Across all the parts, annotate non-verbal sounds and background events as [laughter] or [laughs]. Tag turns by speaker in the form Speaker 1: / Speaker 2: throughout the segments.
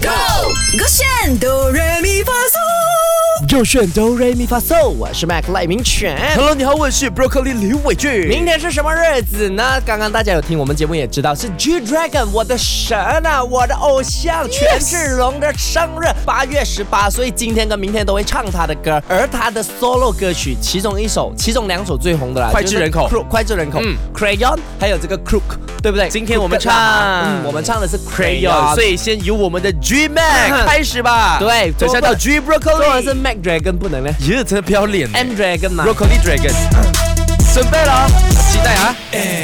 Speaker 1: Go，我选哆来咪发嗦。
Speaker 2: 就选哆瑞咪发嗦，我是 Mac 赖明犬。
Speaker 3: Hello，你好，我是 Broccoli 李伟俊。
Speaker 2: 明天是什么日子呢？刚刚大家有听我们节目也知道，是 G Dragon，我的神啊，我的偶像权志龙的生日，八月十八，所以今天跟明天都会唱他的歌，而他的 solo 歌曲，其中一首，其中两首最红的啦，
Speaker 3: 脍炙人口
Speaker 2: 就是 Crook，脍炙人口、
Speaker 3: 嗯
Speaker 2: c r a y o n 还有这个 Crook，对不对？
Speaker 3: 今天我们
Speaker 2: Crooked 啦
Speaker 3: 唱
Speaker 2: 嗯，我们唱的是 Crayon，
Speaker 3: Crayon，所哎以先由我们的 G
Speaker 2: [laughs]
Speaker 3: Mac
Speaker 2: 嗯
Speaker 3: 开始吧。
Speaker 2: 对
Speaker 3: 等下到 G
Speaker 2: 中文是
Speaker 3: Broccoli。
Speaker 2: Mac Dragon 不能嘞
Speaker 3: 耶，真的不要脸呢。
Speaker 2: ，M Dragon 嘛。
Speaker 3: Broccoli Dragon，准备了哦，期待啊！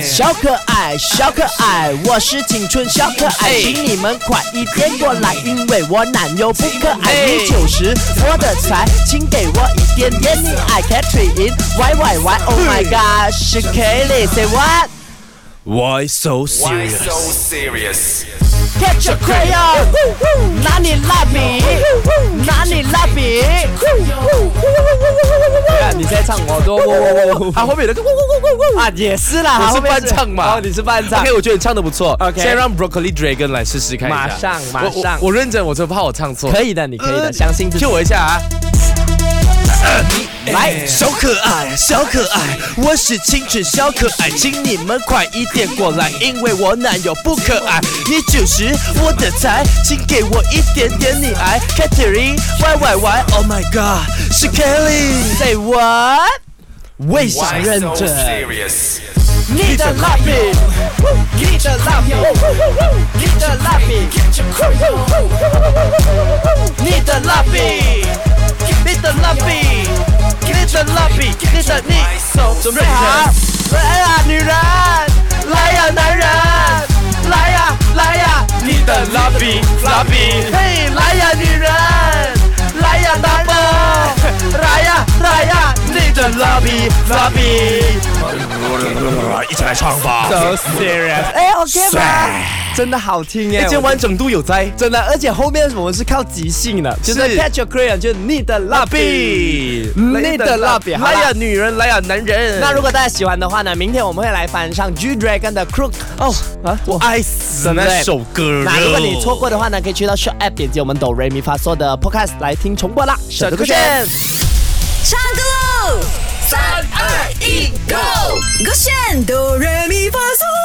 Speaker 2: 小可爱，小可爱，我是青春小可爱，请你们快一点过来，因为我男友不可爱。
Speaker 3: 哎
Speaker 2: 你九十，我的才，请给我一点点溺爱。Catherine，喂喂喂，Oh my God，是 Kelly，say what？Catch
Speaker 3: Why so
Speaker 4: Why
Speaker 3: serious？
Speaker 4: so serious?
Speaker 2: your crayon，拿你蜡笔，拿你蜡笔。你在唱我多
Speaker 3: [laughs] 啊，后面有那个呜呜呜呜呜。
Speaker 2: 啊，也是啦，
Speaker 3: 我是伴唱嘛
Speaker 2: 哦，你是伴唱
Speaker 3: OK，。我觉得你唱的不错。
Speaker 2: OK
Speaker 3: 先让 Broccoli Dragon 来试试看一下。
Speaker 2: 马上
Speaker 3: 我
Speaker 2: 马上
Speaker 3: 我我认真，我真怕我唱错。
Speaker 2: 可以的，你可以的，
Speaker 3: 呃
Speaker 2: 相信自己
Speaker 3: Q。我一下啊！ [laughs] 哎
Speaker 2: 来，
Speaker 3: 小可爱，小可爱，我是清纯小可爱，请你们快一点过来，因为我男友不可爱。你九十，我的才，请给我一点点你爱。Catherine Y Y Y，Oh my God，是 Kelly。
Speaker 2: Say what？
Speaker 4: Why
Speaker 3: 为啥
Speaker 4: so serious?
Speaker 2: 你的蜡笔，你的蜡笔，你的蜡笔，你的蜡笔，你的蜡笔，你的蜡笔，你的你手准备好，来呀、女人，来呀、男人，来呀、来呀、你
Speaker 3: 你的蜡笔，蜡笔。
Speaker 2: 嘿，来呀女人，来呀大宝，来呀来呀，你的蜡笔蜡笔。
Speaker 3: 一起来唱吧。
Speaker 2: [laughs] So serious，哎，OK 吧？真的好听哎，
Speaker 3: 今晚整度有灾，
Speaker 2: 真的，而且后面我们是靠即兴的，就是
Speaker 3: 是
Speaker 2: Catch Your Crayon，就是你的蜡
Speaker 3: 蜡
Speaker 2: 笔。
Speaker 3: 笔，
Speaker 2: 你的蜡笔好啦
Speaker 3: 来呀女人，来呀男人。
Speaker 2: 那如果大家喜欢的话呢，明天我们会来翻唱 G Dragon 的 Crook 哦啊，我
Speaker 3: 爱死那首歌了
Speaker 2: 那如果你错过的话呢，可以去到 s h o p App 点击我们抖 Re Mi Fa So 的 Podcast 来听重播啦。的
Speaker 3: 小哥
Speaker 2: 歌
Speaker 3: 哥
Speaker 2: 炫。
Speaker 1: 唱歌喽！三二一，Go！我选哆来咪发嗦。